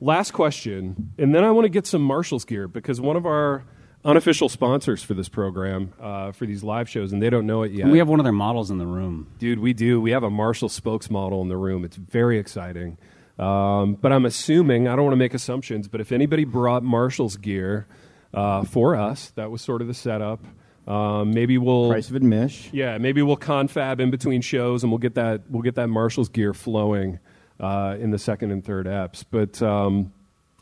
B: Last question, and then I want to get some Marshall's gear because one of our unofficial sponsors for this program, uh, for these live shows, and they don't know it yet.
C: We have one of their models in the room.
B: Dude, we do. We have a Marshall spokesmodel in the room. It's very exciting. Um, but I'm assuming, I don't want to make assumptions, but if anybody brought Marshall's gear uh, for us, that was sort of the setup. Um, maybe we'll
D: Price of admission.
B: yeah, maybe we'll confab in between shows, and we'll get that we'll get that Marshall's gear flowing uh, in the second and third eps. But um,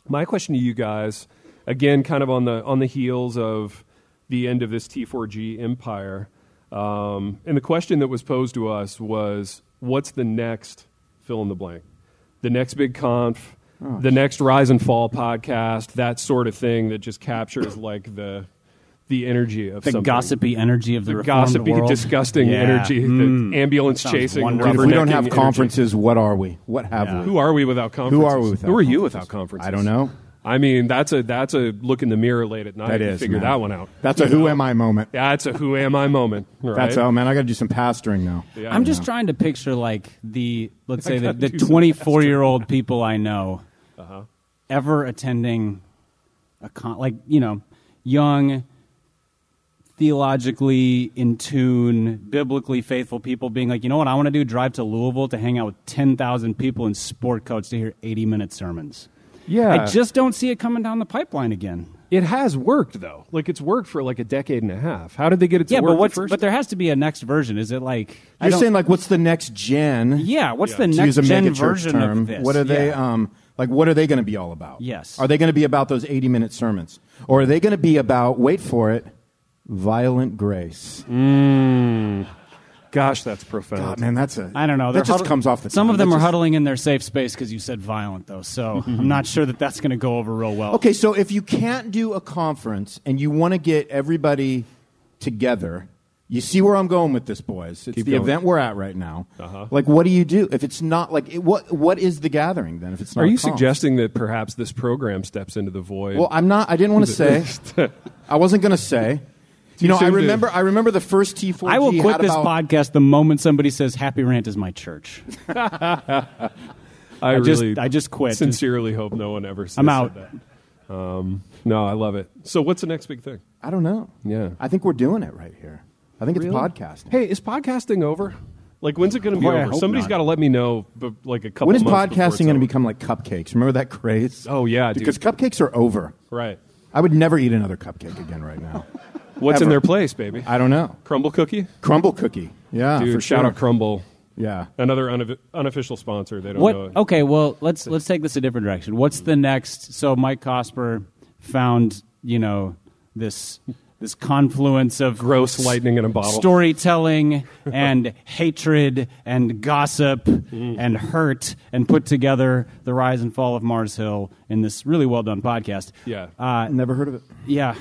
B: my question to you guys, again, kind of on the on the heels of the end of this T4G empire, um, and the question that was posed to us was, what's the next fill in the blank? The next big conf, the next rise and fall podcast, that sort of thing that just captures like the the energy of
C: The
B: something
C: gossipy energy of the,
B: the
C: reformed
B: gossipy,
C: world.
B: dude, disgusting
C: Yeah. Mm.
B: energy, the ambulance
C: Sounds
B: chasing.
C: wonderful.
D: Dude,
B: rubber
D: Hmm. if we don't have
B: necking energy.
D: conferences, what are we? What have we?
B: Who are we without conferences?
D: Who are we without
B: Who are you
D: conferences?
B: without conferences?
D: I don't know.
B: I mean, that's a that's a look in the mirror late at night.
D: That
B: and
D: is,
B: figure
D: man.
B: that one out.
D: That's a who am I moment.
B: That's a who am I moment. Right?
D: That's oh man, I got to do some pastoring now.
C: I'm just trying to picture like the let's say the,
B: gotta
C: the
B: do some
C: 24 year old people I know
B: Uh-huh.
C: ever attending a con like you know young theologically in tune biblically faithful people being like you know what I want to do drive to Louisville to hang out with 10,000 people in sport coats to hear 80 minute sermons.
B: Yeah.
C: I just don't see it coming down the pipeline again.
B: it has worked though. Like it's worked for like a decade and a half. How did they get it to
C: yeah,
B: work
C: but what's
B: the first?
C: but there has to be a next version. Is it like I
D: You're
C: don't-
D: saying like, what's the next gen?
C: yeah, what's the
D: To
C: next
D: use a
C: gen
D: megachurch
C: version
D: term,
C: of this?
D: What are they?
C: Yeah.
D: Um, like, what are they going to be all about?
C: Yes.
D: Are they going to be about those eighty-minute sermons, or are they going to be about? Wait for it. Violent grace.
B: Gosh, that's profound.
D: God, man, that's a.
C: I don't know.
D: That
C: They're
D: just
C: huddle-
D: comes off the.
C: Some
D: tongue.
C: of them
D: That
C: are
D: just- Mm-hmm.
C: huddling in their safe space because you said violent, though. So I'm not sure that that's going to go over real well.
D: Okay, so if you can't do a conference and you want to get everybody together, you see where I'm going with this, boys. It's the
B: going.
D: event we're at right now. Uh-huh. Like, what do you do if it's not like it, what? What is the gathering then? If it's not,
B: Are
D: a
B: you
D: conf?
B: suggesting that perhaps this program steps into the void?
D: Well, I'm not. I didn't want to say. I wasn't going to say. You know, I
B: soon to-
D: remember. I remember the first T4.
C: I will quit this podcast the moment somebody says "Happy Rant is my church."
B: I,
C: I just-
B: really,
C: I just quit.
B: Sincerely, hope no one ever. Says
C: I'm out.
B: That. Um, no, I love it. So, what's the next big thing?
D: I don't know.
B: Yeah.
D: I think we're doing it right here. I think it's
B: Really?
D: podcasting.
B: Hey, is podcasting over? Like, when's it going to be
C: Boy, I
B: over?
C: hope
B: Somebody's
C: not.
B: got to let me know, but like a couple.
D: when is
B: months before it's
D: podcasting going to
B: over.
D: become like cupcakes? Remember that craze?
B: Oh, yeah, dude.
D: because cupcakes are over.
B: right?
D: I would never eat another cupcake again right now.
B: What's in
D: Ever.
B: their place, baby?
D: I don't know.
B: Crumble cookie,
D: Crumble cookie. Yeah,
B: dude.
D: for
B: shout
D: sure.
B: out Crumble,
D: Yeah.
B: another uno- unofficial sponsor. They don't know.
C: What?
B: It.
C: Okay, well let's let's take this a different direction. What's the next? So Mike Cosper found you know this this confluence of
B: Gross lightning in a bottle.
C: storytelling and hatred and gossip and hurt and put together the rise and fall of Mars Hill in this really well done podcast.
B: Yeah.
C: Uh,
D: Never heard of it.
C: yeah.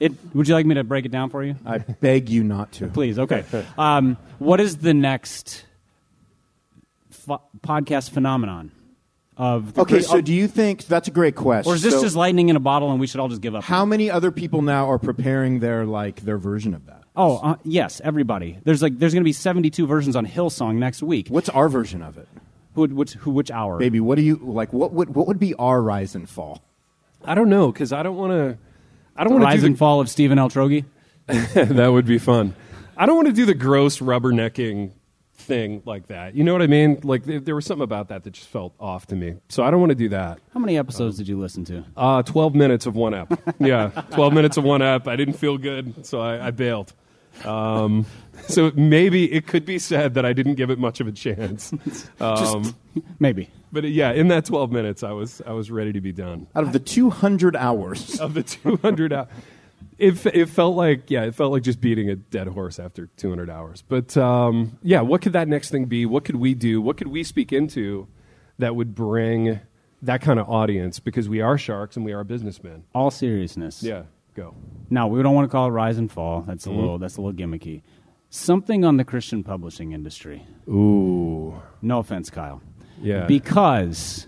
C: It, would you like me to break it down for you? Uh,
D: I beg you not to.
C: Please. Okay. um, what is the next fo- podcast phenomenon of the
D: Okay, so do you think that's a great question?
C: or is this
D: So
C: just lightning in a bottle and we should all just give up?
D: how many other people now are preparing their like their version of that?
C: Oh uh, yes, everybody. There's like there's going to be 72 versions on Hillsong next week.
D: What's our version of it?
C: Who, which, who, which hour?
D: Baby, what do you like what would what would be our rise and fall?
B: I don't know because I don't want to. I don't
C: The
B: want to
C: rise
B: do
C: and
B: the,
C: fall of Stephen L. Trogi.
B: that would be fun. I don't want to do the gross rubbernecking thing like that. You know what I mean? Like there, there was something about that that just felt off to me. So I don't want to do that.
C: How many episodes
B: Uh-huh.
C: did you listen to?
B: Uh, 12 minutes of one up. Yeah, 12 minutes of one up. I didn't feel good, so I, I bailed. Um, so maybe it could be said that I didn't give it much of a chance. Um,
C: Maybe.
B: but uh, yeah, in that 12 minutes, I was, I was ready to be done.
D: Out of the 200 hours.
B: Of the 200 hours. it, it felt like yeah, it felt like just beating a dead horse after 200 hours. But um, yeah, what could that next thing be? What could we do? What could we speak into that would bring that kind of audience? Because we are sharks and we are businessmen.
C: All seriousness.
B: Yeah, Mm-hmm. go.
C: No, we don't want to call it rise and fall. That's a little that's a little gimmicky. Something on the Christian publishing industry.
B: Ooh,
C: No offense, Kyle.
B: Yeah.
C: Because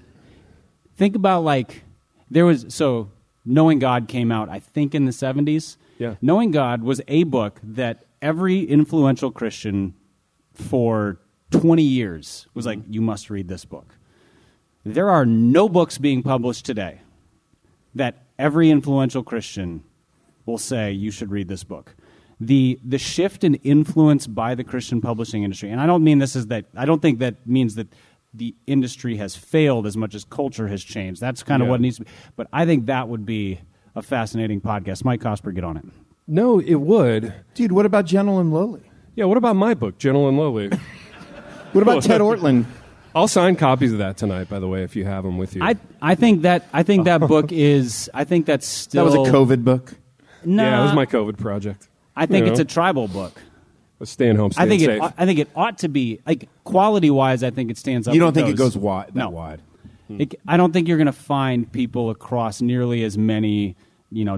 C: think about like there was so Knowing God came out I think in the 70s.
B: Yeah.
C: Knowing God was a book that every influential Christian for 20 years was like you must read this book. There are no books being published today that every influential Christian will say you should read this book. The the shift in influence by the Christian publishing industry, and I don't mean this is that I don't think that means that the industry has failed as much as culture has changed. That's kind of
B: Yeah.
C: what needs to be. But I think that would be a fascinating podcast. Mike Cosper, get on it.
B: no, it would.
D: Dude, what about Gentle and Lowly?
B: Yeah, what about my book, Gentle and Lowly?
D: What about Ted Ortland?
B: I'll sign copies of that tonight. By the way, if you have them with you,
C: I, I think that I think that book is I think that's still
D: That was a COVID book.
C: No,
B: yeah, it was my COVID project.
C: I think
B: You
C: it's
B: know,
C: a tribal book.
B: a staying home. Staying
C: I think
B: safe.
C: it. ought- I think it ought to be like quality wise. I think it stands up.
D: You don't
C: with
D: think it
C: those.
D: goes wide, that
C: no.
D: wide?
C: It, I don't think you're going to find people across nearly as many, you know,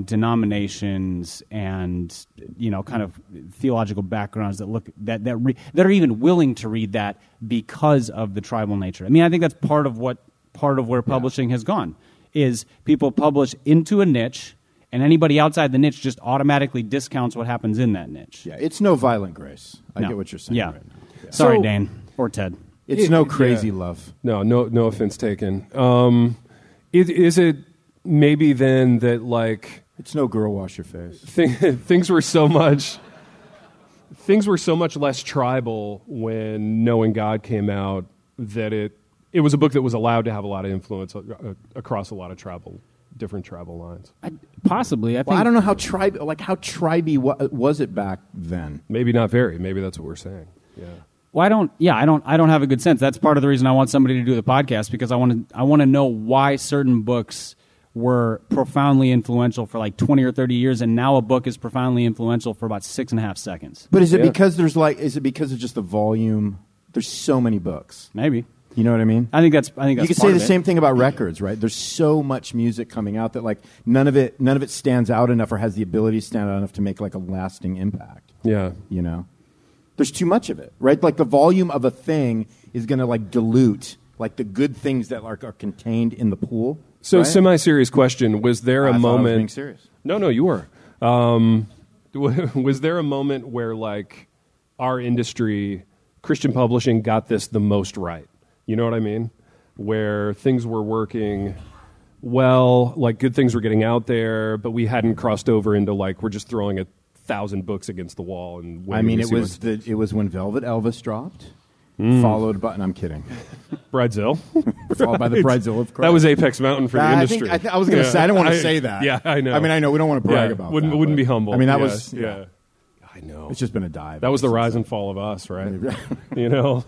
C: denominations and you know, kind of theological backgrounds that look that that re, that are even willing to read that because of the tribal nature. I mean, I think that's part of what part of where publishing has gone is people publish into a niche, and anybody outside the niche just automatically discounts what happens in that niche.
D: Yeah, it's no violent grace. I
C: No.
D: get what you're saying
C: Yeah.
D: right now.
C: Sorry,
B: So-
C: Dane or Ted.
D: It's no crazy love.
B: No, no, no offense taken. Um, is, is it maybe then that like
D: It's no girl wash your face.
B: thing, things were so much things were so much less tribal when Knowing God came out that it it was a book that was allowed to have a lot of influence uh, uh, across a lot of tribal different tribal lines.
C: I, possibly, I think.
D: Well, I don't know how tribe like how tribey wa- was it back then.
B: Maybe not very. Maybe that's what we're saying. Yeah.
C: Why don't? Yeah, I don't. I don't have a good sense. That's part of the reason I want somebody to do the podcast because I want to. I want to know why certain books were profoundly influential for like twenty or thirty years, and now a book is profoundly influential for about six and a half seconds.
D: But is it
B: Yeah.
D: because there's like is it because of just the volume? There's so many books.
C: Maybe.
D: You know what I mean?
C: I think that's. I think
D: you
C: that's
D: could
C: part
D: say the
C: of it.
D: same thing about records, right? There's so much music coming out that like none of it none of it stands out enough or has the ability to stand out enough to make like a lasting impact.
B: Yeah.
D: You know? There's too much of it, right? Like the volume of a thing is going to like dilute like the good things that like are contained in the pool.
B: So
D: right?
B: semi-serious question: Was there a
D: I thought I was
B: moment?
D: being serious.
B: No, no, you were. Um, was there a moment where like our industry, Christian publishing, got this the most right? You know what I mean? Where things were working well, like good things were getting out there, but we hadn't crossed over into like we're just throwing a thousand books against the wall and.
D: I
B: waiting
D: mean
B: to
D: it
B: see
D: was the it was when Velvet Elvis dropped
B: Mm.
D: followed by and I'm kidding.
B: what- Bridezilla.
D: Followed by the Bridezilla of course.
B: That was Apex Mountain for the
D: Uh, I
B: industry.
D: think- I th- I was gonna say- I didn't wanna say that.
B: Yeah, I know.
D: I mean, I know, we don't wanna brag about
B: Wouldn't
D: that,
B: wouldn't
D: but-
B: be humble.
D: I mean, that
B: Yeah,
D: was-
B: yeah.
D: yeah.
B: I know.
D: It's just been a dive.
B: that was the rise and fall of us, right? you know,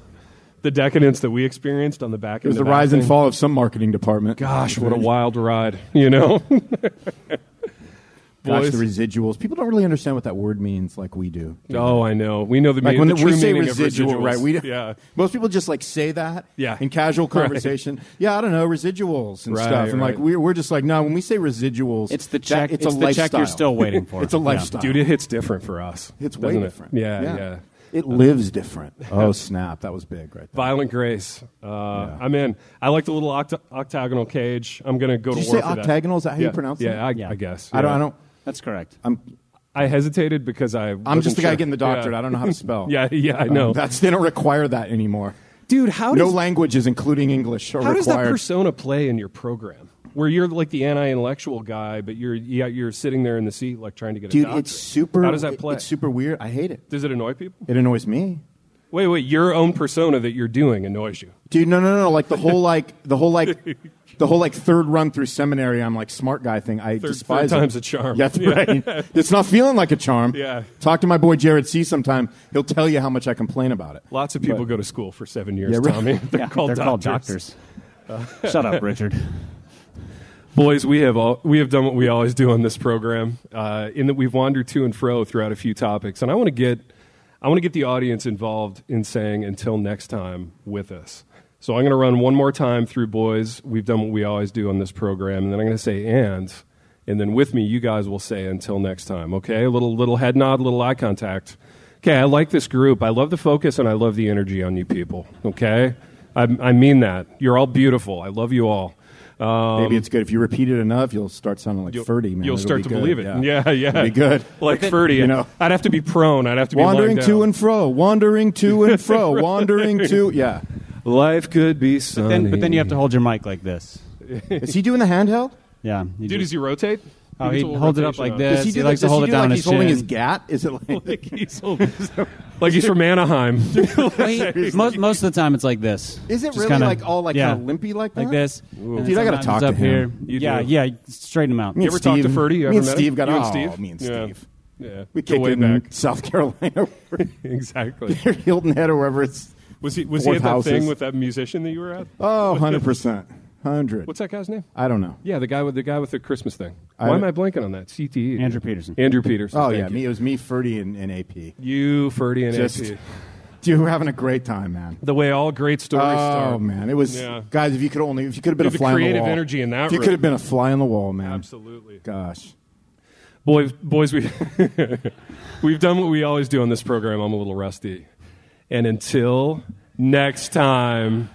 B: the decadence that we experienced on the back.
D: It was the rise and fall of some marketing department.
B: Gosh, what a wild ride! You know,
D: Gosh,
B: Boys.
D: the residuals. People don't really understand what that word means, like we do.
B: oh, I know. We know the,
D: Like
B: meaning
D: when
B: the true
D: we say
B: meaning
D: residual,
B: of residuals.
D: right? We
B: yeah.
D: Most people just like say that.
B: Yeah.
D: In casual
B: Right.
D: conversation, yeah, I don't know residuals and
B: Right,
D: stuff, and like
B: right.
D: we're, we're just like no. When we say residuals,
C: It's the
D: that-
C: check.
D: it's,
C: it's
D: a
C: the
D: lifestyle.
C: check you're still waiting for.
D: It's a
C: Yeah.
D: lifestyle,
B: Dude, it hits different for us.
D: It's way
B: doesn't it?
D: different.
B: Yeah, yeah,
D: It lives different. Oh snap! That was big, right there.
B: Violent Grace. Uh, I'm in. I like the little octa- octagonal cage. I'm gonna go
D: Did
B: to
D: you
B: war
D: say
B: for that.
D: octagonal? Is that how
B: yeah.
D: you pronounce
B: yeah,
D: it?
B: I,
C: Yeah.
B: I guess.
D: I don't. I
B: Yeah.
D: don't.
C: That's correct.
D: I'm.
B: I hesitated because I.
D: I'm
B: wasn't
D: just the guy
B: sure.
D: getting the doctorate.
B: Yeah.
D: I don't know how to spell. Um,
B: Yeah, yeah, I know.
D: That's they don't require that anymore.
B: Dude, how
D: no
B: does
D: languages, including English, are
B: how does that
D: required.
B: persona play in your program? Where you're like the anti-intellectual guy, but you're yeah, you're sitting there in the seat like trying to get a
D: Dude,
B: doctorate.
D: it's super.
B: How does that play?
D: It's super weird. I hate it.
B: does it annoy people?
D: It annoys me.
B: Wait, wait, your own persona that you're doing annoys you.
D: Dude, no, no, no. Like the whole like the whole like the whole like third run through seminary. I'm like smart guy thing. I
B: Third-
D: despise.
B: third
D: it.
B: time's a charm.
D: That's
B: Yeah.
D: right. It's not feeling like a charm.
B: Yeah.
D: Talk to my boy Jared C. Sometime. He'll tell you how much I complain about it.
B: Lots of people go to school for seven years,
D: Yeah, right.
B: Tommy. They're,
C: Yeah,
B: called,
C: they're
B: doctors.
C: called doctors. Shut up, Richard.
B: Boys, we have all, we have done what we always do on this program, uh, in that we've wandered to and fro throughout a few topics, and I want to get I want to get the audience involved in saying "until next time" with us. So I'm going to run one more time through, boys. We've done what we always do on this program, and then I'm going to say "and," and then with me, you guys will say "until next time." Okay, a little little head nod, a little eye contact. Okay, I like this group. I love the focus, and I love the energy on you people. Okay, I, I mean that. You're all beautiful. I love you all.
D: Maybe it's good if you repeat it enough, you'll start sounding like Ferdy. Man,
B: Um, You'll
D: It'll
B: start
D: be
B: to
D: good.
B: believe it. Yeah, yeah.
D: It'll be good.
B: Like Ferdy,
D: you know.
B: I'd have to be prone. I'd have to be
D: Wandering
B: lying
D: to
B: down.
D: and fro, wandering to and fro, wandering to. Yeah,
B: Life could be sunny.
C: Then, but then you have to hold your mic like this.
D: is he doing the handheld?
C: Yeah. you
B: Dude,
C: do-
B: does he rotate?
C: Oh,
B: gets
C: he
B: a little
C: holds it up
B: rotation
C: like
B: on
C: this.
D: Does he,
C: he
D: do
C: likes
D: does
C: to hold
D: he
C: it
D: do
C: down
D: like
C: his
D: he's holding
C: chin.
D: his gat? Is it like?
B: He's old. like he's from Anaheim.
C: Well, he- most, most of the time it's like this.
D: Is it
C: Just
D: really,
C: kinda-
D: like, all, like,
C: yeah,
D: kinda limpy like that?
C: Like this. And
D: Dude, I gotta
C: sometimes
D: talk
C: it's
D: to
C: up
D: him.
C: here.
B: You
C: yeah,
B: do.
C: yeah. Straighten him out.
D: Me
C: Yeah,
D: and
B: you ever talk to
D: Steve-
B: Ferdy? You
D: me
B: ever
D: and
B: met him?
D: Steve got-
B: you
D: oh,
B: and Steve?
D: me and
B: Yeah.
D: Steve.
B: Yeah.
D: We
B: Go
D: kicked
B: way
D: it in
B: back.
D: South Carolina,
B: Exactly.
D: Hilton Head, or wherever it's.
B: Was he was he
D: Fourth
B: at that
D: house
B: thing
D: is-
B: with that musician that you were at?
D: Oh, 100 percent, hundred.
B: What's that guy's name?
D: I don't know.
B: Yeah, the guy with the guy with the Christmas thing.
D: I-
B: Why am I blanking on that? CTE.
C: Andrew Peterson.
B: Andrew Peterson.
D: Oh
B: thank
D: yeah,
B: you.
D: me. It was me, Ferdy, and, and AP.
B: You, Ferdy, and
D: Just-
B: AP.
D: Dude, we're having a great time, man.
B: The way all great stories start.
D: Oh man, it was
B: Um, Yeah.
D: guys. If you could only, if you could have been
B: Dude, the
D: a fly on the
B: creative
D: wall.
B: energy in that
D: If you
B: room.
D: could have been a fly on the wall, man.
B: Absolutely.
D: Gosh.
B: Boys, boys, we we've done what we always do on this program. I'm a little rusty, and until next time.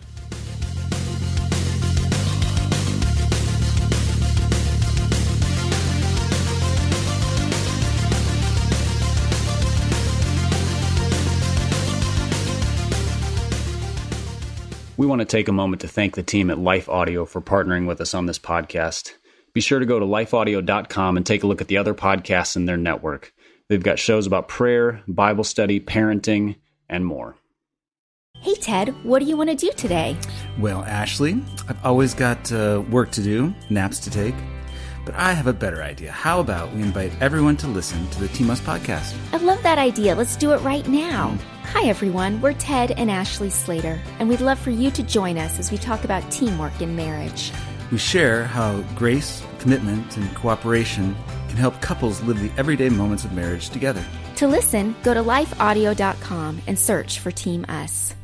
G: We want to take a moment to thank the team at Life Audio for partnering with us on this podcast. Be sure to go to lifeaudio.com and take a look at the other podcasts in their network. They've got shows about prayer, Bible study, parenting, and more.
F: Hey, Ted, what do you want to do today?
H: Well, Ashley, I've always got uh, work to do, naps to take, but I have a better idea. How about we invite everyone to listen to the TMUS podcast?
F: I love that idea. Let's do it right now. Hi, everyone. We're Ted and Ashley Slater, and we'd love for you to join us as we talk about teamwork in marriage.
H: We share how grace, commitment, and cooperation can help couples live the everyday moments of marriage together.
F: To listen, go to lifeaudio.com and search for Team Us.